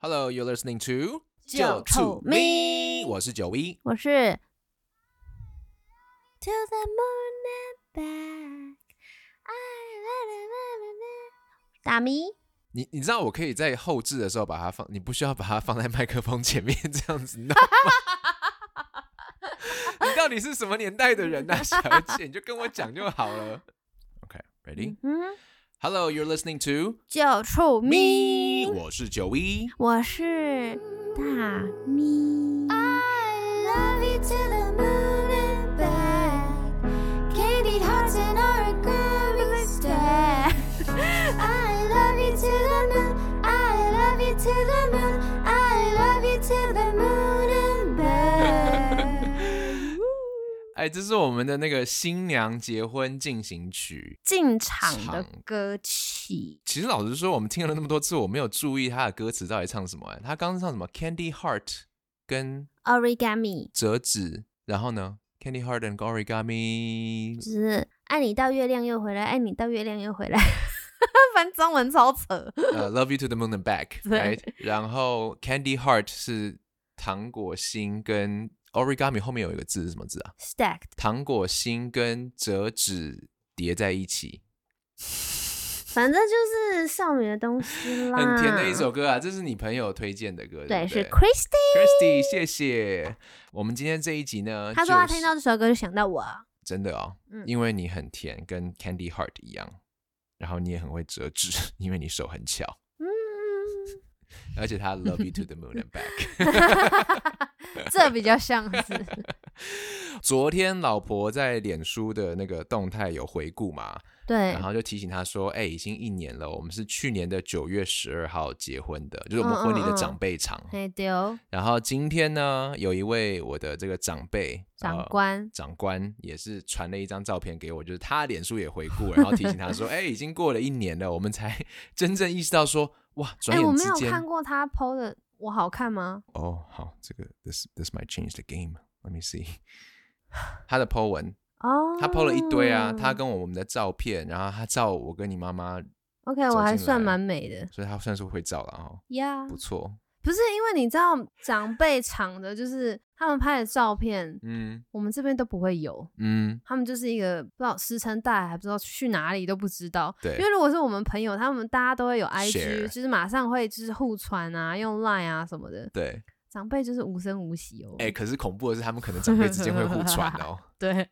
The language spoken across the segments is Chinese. Hello, you're listening to 就臭咪我是九一。我是 To the moon and back，哎啦啦啦啦啦打咪，你你知道我可以在后置的时候把它放，你不需要把它放在麦克风前面这样子弄吗。 你到底是什么年代的人呢、啊，小姐？你就跟我讲就好了。OK, ready? 嗯， Hello, you're listening to 就臭咪，我是九一。我是大咪。 I love you to the moon and back. Candied hearts and origami stack. I love you to the moon. I love you to the moon. I love you to the moon and back. 哎，这是我们的那个新娘结婚进行曲。进场的场歌曲，其实老实说，我们听了那么多次，我没有注意他的歌词到底唱什么、哎，他刚刚唱什么？Candy Heart 跟 origami 折纸，然后呢，Candy Heart and Origami 就是爱你到月亮又回来，爱你到月亮又回来，翻中文超扯。呃、Love You to the Moon and Back， 对 right？然后 Candy Heart 是糖果心跟 Origami 后面有一个字是什么字啊？ Stacked，糖果心跟折纸叠在一 起，反正就是少女的东西啦，很甜的一首。歌啊！这是你朋友推荐的歌，对嗯对，不是对 Christy， Christy，谢谢。我们今天这一集呢，他说他就是听到这首歌就想到我。真的哦，嗯因为你很甜，跟 Candy Heart 一样，然后你也很会折纸， 因为你手很巧， 嗯，而且他 Love You to the Moon and Back。 这比较像是昨天老婆在脸书的那个动态有回顾嘛，对然，后就提醒他说：“哎、已经一年了，我们是去年的九月十二号结婚的，就是我嗯们婚礼的长辈场。哎丢然后今天呢，有一位我的这个长辈长。呃官，长官也是传了一张照片给我，就是他脸书也回顾，然后提醒他 说：“哎、已经过了一年了，我们才真正意识到说，哇，转哎，我眼没之有间，看过他 PO 的，我好看吗？哦，好，这个 this this might change the game. Let me see。他的 po 文，哦，他 po 了一堆啊，他跟我们的照片，然后他照我跟你妈妈， OK，走我还进算来蛮美的所以他算是会照了哦，呀不。错。不是因为你知道长辈场的，就是他们拍的照片，嗯我们这边都不会有。嗯，他们就是一个不知道石沉大海，还不知道去哪里都不知道。对因为如果是我们朋友，他们大家都会有 IG， Share 就是马上会就是互传啊，用 Line 啊什么的。 对。长辈就是无声无息哦。哎、可是恐怖的是，他们可能长辈之间会互传 哦。对，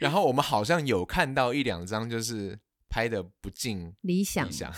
然后我们好像有看到一两张，就是拍的不尽理想理想。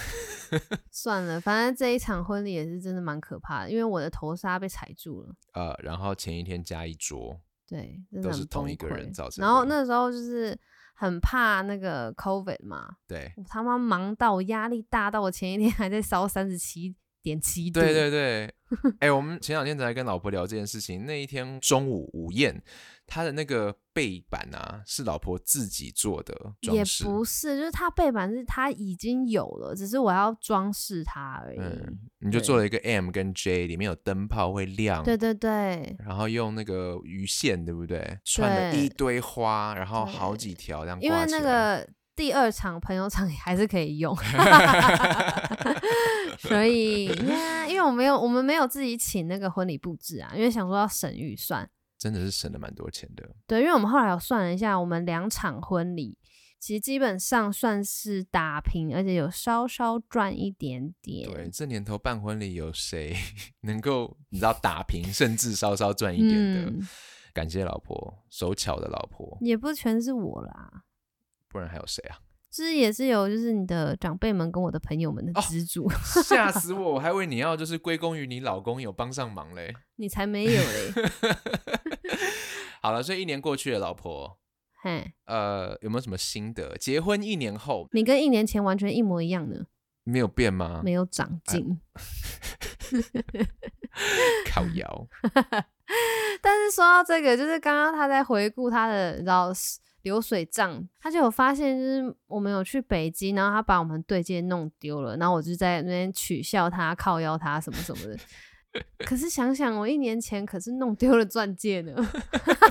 算了，反正这一场婚礼也是真的蛮可怕的，因为我的头纱被踩住了。呃，然后前一天加一桌，对，真都的是很同崩一个人溃造成然后的那时候就是很怕那个 COVID 嘛，对我他妈忙到我压力大到我前一天还在烧三十七点七 度。对对对，哎、我们前两天才跟老婆聊这件事情。那一天中午午宴，他的那个背板啊，是老婆自己做的也装饰。不是，就是它背板是它已经有了，只是我要装饰它而已。嗯，你就做了一个 M 跟 J，里面有灯泡会亮，对对对，然后用那个鱼线，对不对？串了一堆花，然后好几条这样因为挂起那来。个第二场朋友场还是可以 用，所以呀因为我没有我们没有自己请那个婚礼布置啊，因为想说要省预算。真的是省了蛮多钱的，对，因为我们后来有算了一下，我们两场婚礼其实基本上算是打平，而且有稍稍赚一点点。对，这年头办婚礼有谁 能够你知道打平，甚至稍稍赚一点的？嗯感谢老婆，手巧的老婆，也不全是我啦，不然还有谁啊？就是也是有就是你的长辈们跟我的朋友们的哦资助， 吓死我！我还以为你要就是归功于你老公有帮上忙嘞。你才没有嘞， 好了，所以一年过去了，老婆，嘿，呃，有没有什么心得？结婚一年后你跟一年前完全一模一样呢，没有变吗？没有长进。靠摇，但是说到这个，就是刚刚他在回顾他的，你知道流水账，他就有发现，就是我们有去北京，然后他把我们对戒弄丢了，然后我就在那边取笑他、靠邀他什么什么的。可是想想，我一年前可是弄丢了钻戒呢。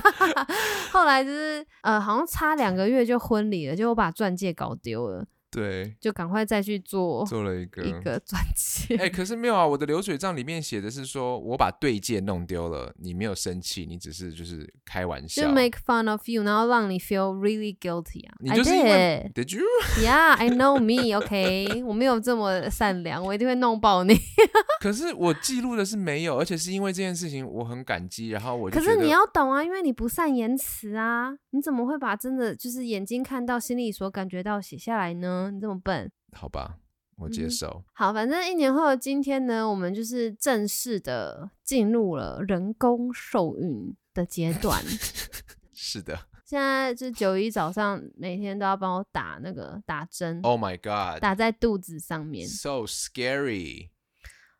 后来就是呃，好像差两个月就婚礼了，结果我把钻戒搞丢了。对，就赶快再去做做了一个一个 转接。哎、可是没有啊，我的流水账里面写的是说我把对戒弄丢了，你没有生气，你只是就是开玩就笑。 make fun of you，然后让你 feel really guilty 啊。你 I 就是因为 did. Did you？ Yeah, I know me. OK，我没有这么善良，我一定会弄爆你。 可是我记录的是没有，而且是因为这件事情我很感激，然后我就可觉是得你要懂啊，因为你不善言辞啊，你怎么会把真的就是眼睛看到、心里所感觉到写下来呢？你这么笨。好吧，我嗯接哼受。好，反正一年后的今天呢，我们就是正式的进入了人工受孕的阶段。是的现在就九一早上每天都要帮我打那个打针，Oh my God，打在肚子上面。 So scary，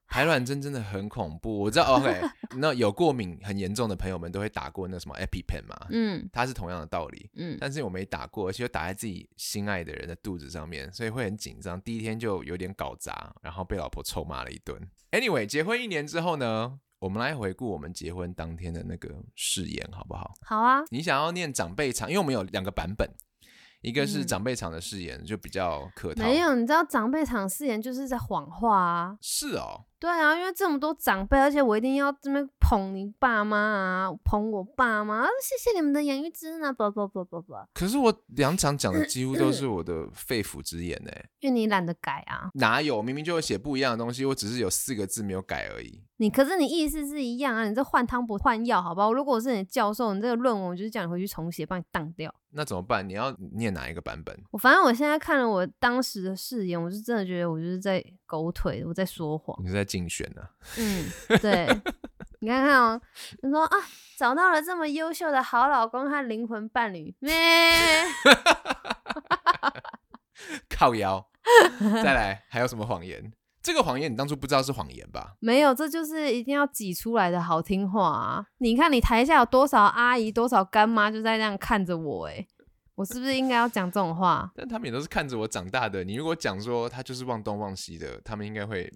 排卵针真的很恐怖。我知道 ，OK，那有过敏很严重的朋友们都会打过那什么 EpiPen 嘛，嗯它是同样的道理。嗯，但是我没打过，而且又打在自己心爱的人的肚子上面，所以会很紧张。第一天就有点搞砸，然后被老婆臭骂了一顿。Anyway，结婚一年之后呢，我们来回顾我们结婚当天的那个誓言，好不好？好啊，你想要念长辈场，因为我们有两个版本，一个是嗯长辈场的誓言，就比较客套。没有，你知道长辈场誓言就是在谎话啊。是哦，对啊，因为这么多长辈，而且我一定要这边捧你爸妈啊，捧我爸妈，啊谢谢你们的养育之恩啊，不不不不不，可是我两场讲的几乎都是我的肺腑之言呢、因为你懒得改啊。哪有？明明就有写不一样的东西，我只是有四个字没有改而已。你可是你意思是一样啊，你这换汤不换药，好吧？如果我是你的教授，你这个论文我就是叫你回去重写，帮你当掉。那怎么办？你要念哪一个版本？我反正我现在看了我当时的誓言，我是真的觉得我就是在狗腿，我在说谎。你是在竞选啊呢、嗯，对，你看看哦，你说啊，找到了这么优秀的好老公和灵魂伴侣，咩 靠腰。再来，还有什么谎言？这个谎言你当初不知道是谎言吧？没有，这就是一定要挤出来的好听话啊！你看你台下有多少阿姨、多少干妈就在那样看着我、欸，我是不是应该要讲这种话？但他们也都是看着我长大的。你如果讲说他就是忘东忘西的，他们应该会。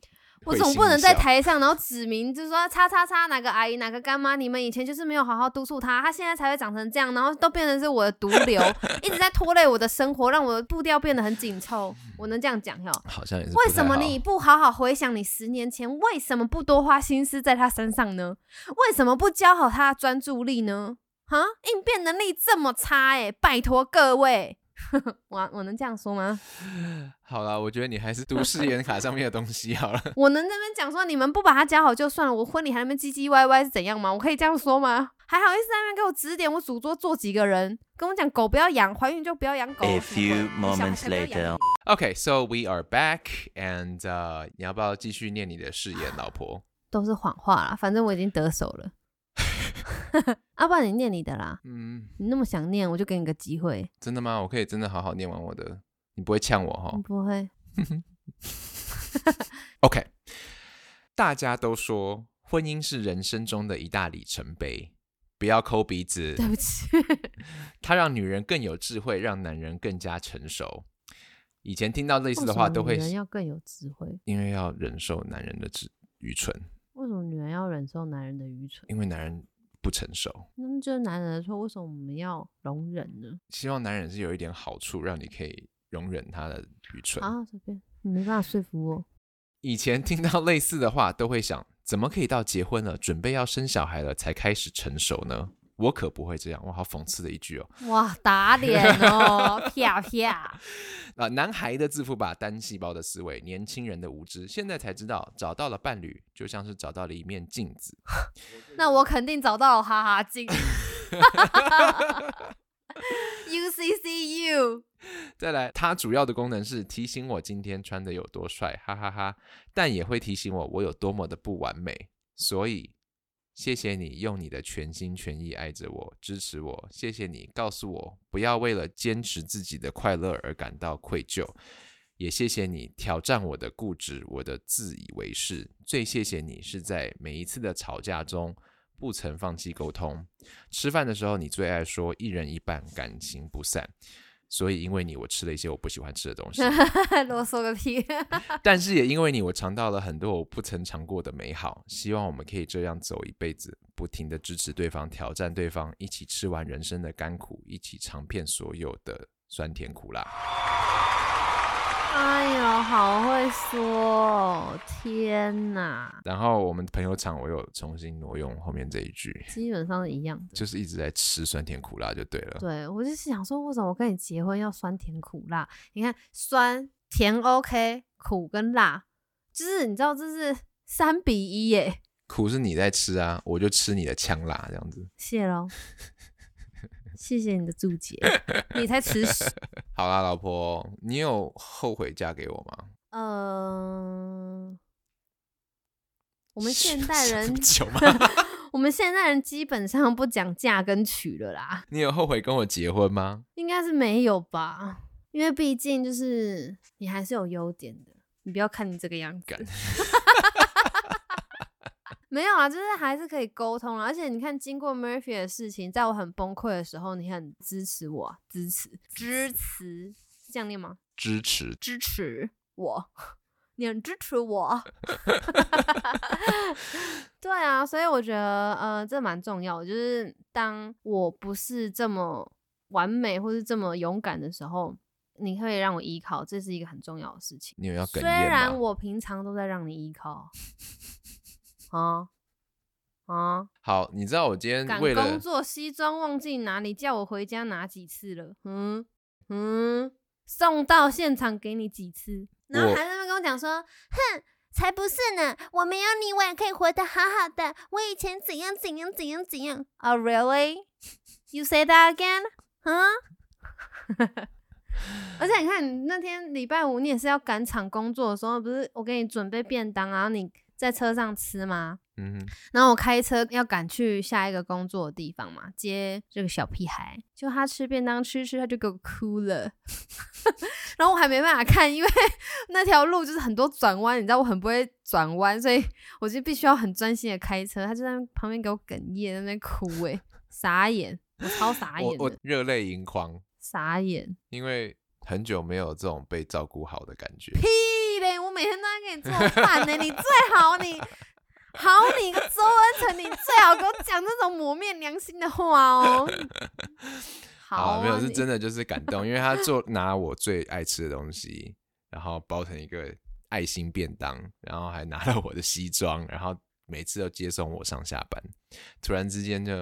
我会总心不一能在笑台上，然后指明就是说叉叉叉哪个阿姨、哪个干妈，你们以前就是没有好好督促她，她现在才会长成这样，然后都变成是我的毒瘤，一直在拖累我的生活，让我的步调变得很紧凑。我能这样讲哟？ 好像也是不为太什么好你不好好回想你十年前，为什么不多花心思在他身上呢？为什么不教好他的专注力呢？哈，应变能力这么差哎、拜托各位， 我我能这样说吗？好了？我觉得你还是读誓言卡上面的东西好了。我能这边讲说你们不把他教好就算了，我婚礼还在那边唧唧歪歪是怎样吗？我可以这样说吗？还好意思在那边给我指点，我主桌坐几个人，跟我讲狗不要养，怀孕就不要养狗 A 什么鬼你小 few 孩 moments 才不要养 later. Okay, so we are back, and uh, 你要不要继续念你的誓言，老婆？都是谎话啦，反正我已经得手了。 阿爸，不然你念你的啦。嗯，你那么想念，我就给你个机会。真的吗？我可以真的好好念完我的，你不会呛我哈你嗯不会， ？OK，大家都说婚姻是人生中的一大里程碑，不要抠鼻子，对不起。 它让女人更有智慧，让男人更加成熟。以前听到类为似什的么话，都会女人要更有智慧。因为要忍受男人的智愚蠢，为什么女人要忍受男人的愚蠢？因为男人不成熟。那么就是男人的错，为什么我们要容忍呢？希望男人是有一点好处，让你可以容忍他的愚蠢。啊，随便，你没办法说服我。以前听到类似的话，都会想，怎么可以到结婚了，准备要生小孩了才开始成熟呢？我可不会这样，哇，好讽刺的一句哦。 哇，打脸哦，啪啪！啊、男孩的自负吧，单细胞的思维，年轻人的无知，现在才知道，找到了伴侣，就像是找到了一面镜子。那我肯定找到了哈哈镜。UCCU，再来，它主要的功能是提醒我今天穿的有多帅，哈哈哈但也会提醒我我有多么的不完美。所以，谢谢你用你的全心全意爱着我，支持我，谢谢你告诉我不要为了坚持自己的快乐而感到愧疚。也谢谢你挑战我的固执，我的自以为是。最谢谢你是在每一次的吵架中不曾放弃沟通。吃饭的时候，你最爱说“一人一半，感情不散”，所以因为你，我吃了一些我不喜欢吃的东西。 啰嗦个屁！但是也因为你，我尝到了很多我不曾尝过的美好。希望我们可以这样走一辈子，不停的支持对方，挑战对方，一起吃完人生的甘苦，一起尝遍所有的酸甜苦辣。哎呦，好会说哦，天哪！然后我们朋友场我有重新挪用后面这一句，基本上是一样的。就是一直在吃酸甜苦辣就对了。对我就是想说，为什么我跟你结婚要酸甜苦辣？你看酸甜 OK，苦跟辣，就是你知道这是三比一耶，苦是你在吃啊，我就吃你的呛辣这样子。谢喽，谢谢你的注解，你才吃屎。好啦，老婆，你有后悔嫁给我吗？嗯，我我们现代人，久吗？ 我们现代人基本上不讲嫁跟娶了啦，你有后悔跟我结婚吗？应该是没有吧？因为毕竟就是你还是有优点的，你不要看你这个样子干。 没有啊，就是还是可以沟通啊。而且你看，经过 Murphy 的事情，在我很崩溃的时候，你很支持我啊，支持，支持，是这样念吗？支持支持我，你很支持我。 对啊，所以我觉得呃，这蛮重要的。就是当我不是这么完美或是这么勇敢的时候，你可以让我依靠，这是一个很重要的事情。你有要哽虽咽然吗？我平常都在让你依靠， 啊啊，好，你知道我今天赶为工了作西装忘记拿，你叫我回家拿几次了？嗯嗯，送到现场给你几次？然后我还在那边跟我讲说，哼，才不是呢！我没有你，我也可以活得好好的。我以前怎样怎样怎样怎样。 Oh, really? You say that again? 嗯， 而且你看，你那天礼拜五你也是要赶场工作的时候，不是我给你准备便当，然后你在车上吃吗？嗯哼，然后我开车要赶去下一个工作的地方嘛，接这个小屁孩，就他吃便当吃一吃，他就给我哭了。 然后我还没办法看，因为 那条路就是很多转弯，你知道我很不会转弯，所以我就必须要很专心的开车。他就在旁边给我哽咽，在那边哭、欸， 傻眼，我超傻眼我的我，热泪盈眶，傻眼。因为很久没有这种被照顾好的感觉。屁嘞！我每天都在给你做饭呢、你最好你好你个周恩成，你最好给我讲这种抹灭良心的话哦。好、啊，好，没有是真的。的就是感动，因为他做拿我最爱吃的东西，然后包成一个爱心便当，然后还拿了我的西装，然后每次都接送我上下班。突然之间就，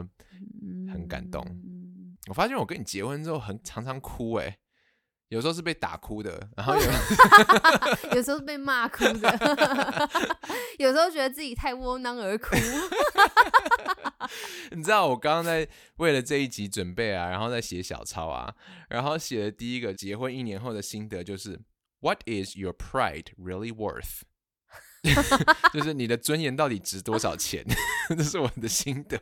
很感动嗯我发现我跟你结婚之后很常常哭哎、有时候是被打哭的，然后有有时候是被骂哭的， 有时候觉得自己太窝囊而哭。 你知道我刚刚在为了这一集准备啊，然后在写小抄啊，然后写的第一个结婚一年后的心得就是 What is your pride really worth？就是你的尊严到底值多少钱？ 这是我的心得。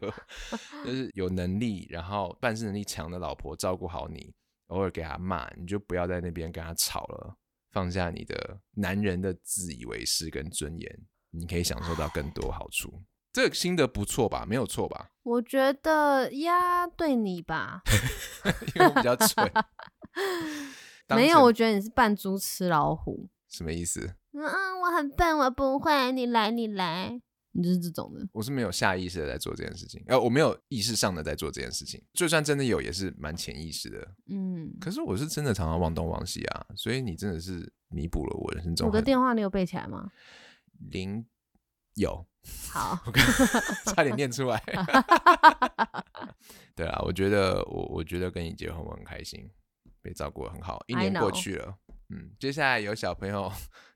就是有能力，然后办事能力强的老婆照顾好你，偶尔给她骂，你就不要在那边跟她吵了，放下你的男人的自以为是跟尊严，你可以享受到更多好处。这个心得不错吧？没有错吧？我觉得呀，对你吧，因为我比较 蠢。 当没有，成我觉得你是扮猪吃老虎。什么意思？嗯嗯，我很笨，我不会。你来，你来。你就是这种的，我是没有下意识的在做这件事情，呃，我没有意识上的在做这件事情，就算真的有，也是蛮潜意识的。嗯。可是我是真的常常忘东忘西啊，所以你真的是弥补了我人生中我的很电话你有背起来吗？零有，好，我刚 差点念出 来。对啊，我觉得我我觉得跟你结婚我很开心，被照顾得很好，一 I 年过 know 去了，嗯，接下来有小朋友 嗯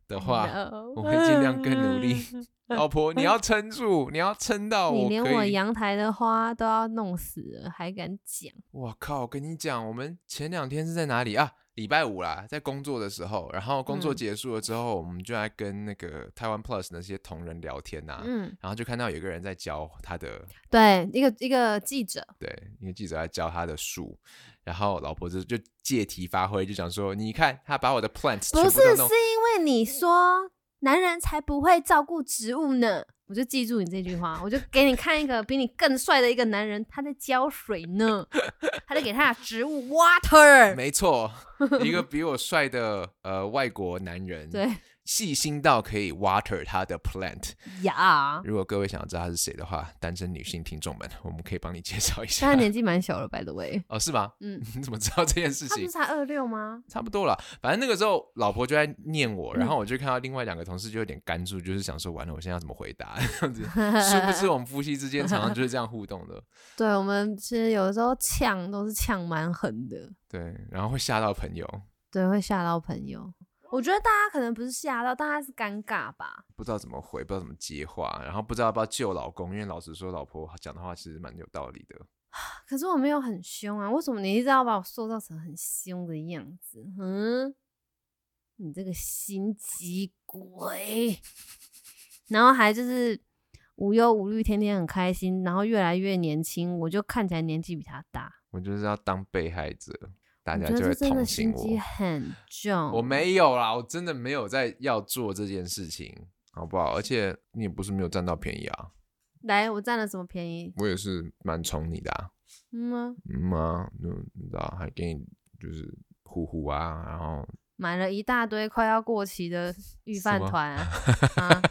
的话。 No 我会尽量更努力。 老婆，你要撑住，你要撑到嗯你我连可哦我以。阳台的花都要弄死了，还敢讲？我靠！我跟你讲，我们前两天是在哪里啊？礼拜五啦，在工作的时候，然后工作嗯结束了之后，我们就在跟那个台湾 Plus 那些同仁聊天呐、啊嗯，然后就看到有一个人在教他的，对，一个一个记者，对，一个记者在教他的树，然后老婆就就借题发挥，就讲说，你看他把我的 plants 全部不是都是弄因为你说男人才不会照顾植物呢，我就记住你这句话，我就给你看一个比你更帅的一个男人，他在浇水 呢，他在给他的植物 water， 没错，一个比我帅的呃外国男人，对，细心到可以 water 他的 plant。呀，如果各位想要知道他是谁的话，单身女性听众们，我们可以帮你介绍一但下他。年纪蛮小了，by the way。哦，是吗？嗯， 你怎么知道这件事他不情是？才二六吗？差不多了，反正那个时候老婆就在念我，嗯然后我就看到另外两个同事就有点干住，就是想说完了，我现在要怎么回答？这 样子，殊不知我们夫妻之间常常就是这样互动的，对，我们其实有的时候呛都是呛蛮狠的，对，然后会吓到朋友，对，会吓到朋友。我觉得大家可能不是吓到，大家是尴尬吧。不知道怎么回，不知道怎么接话，然后不知道要不要救老公，因为老实说，老婆讲的话其实蛮有道理的。可是我没有很凶啊，为什么你一直要把我塑造成很凶的样子？嗯，你这个心机鬼，然后还就是无忧无虑，天天很开心，然后越来越年轻，我就看起来年纪比他大，我就是要当被害者，大我家觉得就这会真的同情心我。机很重。我没有啦，我真的没有在要做这件事情，好不好？而且你也不是没有占到便宜啊，来，我占了什么便宜？我也是蛮宠你的、啊，嗯啊嗯啊，嗯，你知道，还给你就是呼呼啊，然后买了一大堆快要过期的御饭什么团啊 啊！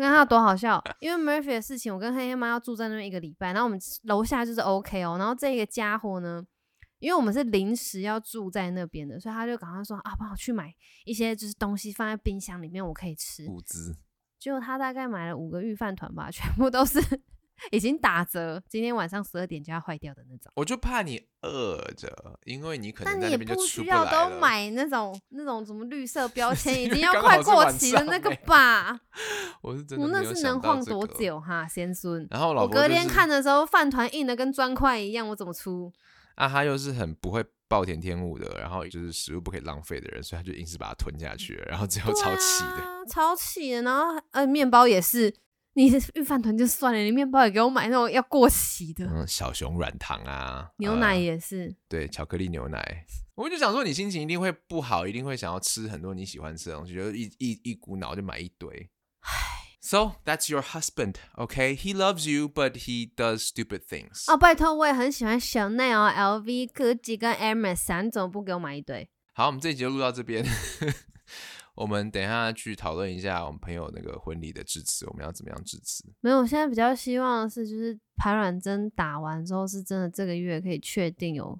你看他有多好笑，因为 Murphy 的事情，我跟黑黑妈要住在那边一个礼拜，然后我们楼下就是 OK 哦，然后这个家伙呢，因为我们是临时要住在那边的，所以他就赶快说啊，帮我去买一些就是东西放在冰箱里面，我可以吃。物资。结果他大概买了五个御饭团吧，全部都是 已经打折，今天晚上十二点就要坏掉的那种。我就怕你饿着，因为你可但能你在也那边就不出需来要了。都买那种那种什么绿色标签，已因 经为要刚快好是过晚期的上那个欸吧？ 我是真的我没那有是想能到晃这多个？久哈，先孙？然后我老我婆隔就天是看的时候，饭团硬的跟砖块一样，我怎 么出？啊，他又是很不会暴殄天物的，然后就是食物不可以浪费的人，所以他就硬是把它吞下去了，然后最后对超气的。啊，超气的。然后呃，面包也是，你是御饭团就算了，你面包也给我买那种要过期的，嗯，小熊软糖啊，牛呃奶也是。对，巧克力牛奶。我就想说，你心情一定会不好，一定会想要吃很多你喜欢吃的东西，就一一一股脑就买一堆。So that's your husband, okay? He loves you, but he does stupid things. 哦，拜托，我也很喜欢 Chanel、LV、Gucci 跟 Hermes，你怎么不给我买一堆？好，我们这一集就录到这边。 我们等一下去讨论一下我们朋友那个婚礼的致辞，我们要怎么样致辞？没有，我现在比较希望的是，就是排卵针打完之后，是真的这个月可以确定有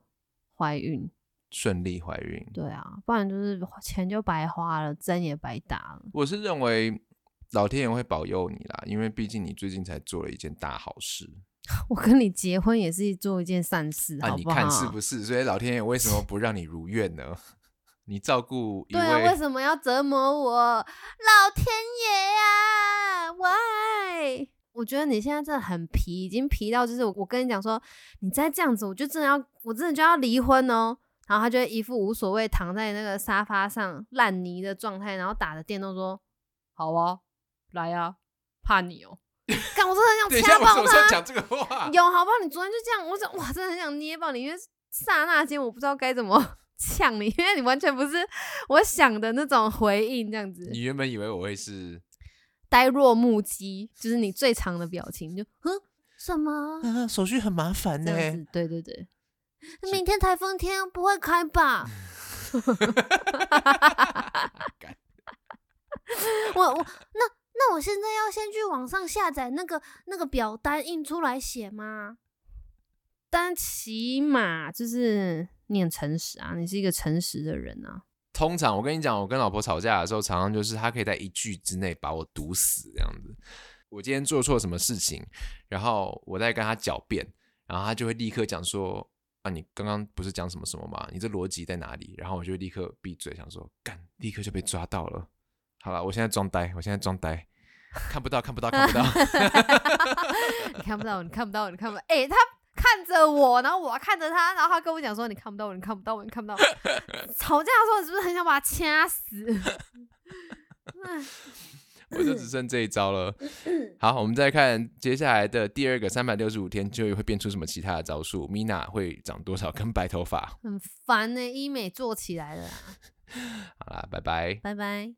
怀孕。顺利怀孕。对啊，不然就是钱就白花了，针也白打了。 我是认为老天爷会保佑你啦，因为毕竟你最近才做了一件大好事我跟你结婚也是做一件善事，啊，好你好？看是不是？所以老天爷为什么不让你如愿呢？ 你照顾一对啊，为位什么要折磨我？老天爷啊，why？我觉得你现在真的很皮，已经皮到就是我，我跟你讲说，你再这样子，我就真的要，我真的就要离婚哦。然后他就一副无所谓，躺在那个沙发上烂泥的状态，然后打着电动说：“好啊，来啊，怕 你哦。”干，我真等的很一想掐下，我爆什么时候他。讲这个话？有好不好？你昨天就这样，我想哇，真的很想捏爆你，因为刹那间我不知道该怎么 呛你，因为你完全不是我想的那种回应，这样子你原本以为我会是呆若木鸡，就是你最长的表情，就哼什么啊，手续很麻烦这样子，对对对。明天台风天不会开吧？干 我我那那我现在要先去网上下载那个那个表单印出来写吗？但起码就是你很诚实啊，你是一个诚实的人啊。通常我跟你讲，我跟老婆吵架的时候，常常就是她可以在一句之内把我毒死这样子。我今天做错什么事情，然后我在跟她狡辩，然后她就会立刻讲说：“啊，你刚刚不是讲什么什么吗？你这逻辑在哪里？”然后我就会立刻啊闭嘴，想说：“干，立刻就被抓到了。”好了，我现在装呆，我现在装呆，看不到，看不到，看不到。 你看不到我，你看不到我，你看不到。哎、他看着我，然后我看着他，然后他跟我讲说：“你看不到我，你看不到我，你看不到我。” 吵架的时候，你是不是很想把他掐死？我就只剩这一招了。好，我们再看接下来的第二个三百六十五天，就会变出什么其他的招数？Mina 会长多少根白头发？欸很烦呢、医美做起来了啦，啊好啦，拜拜。拜拜。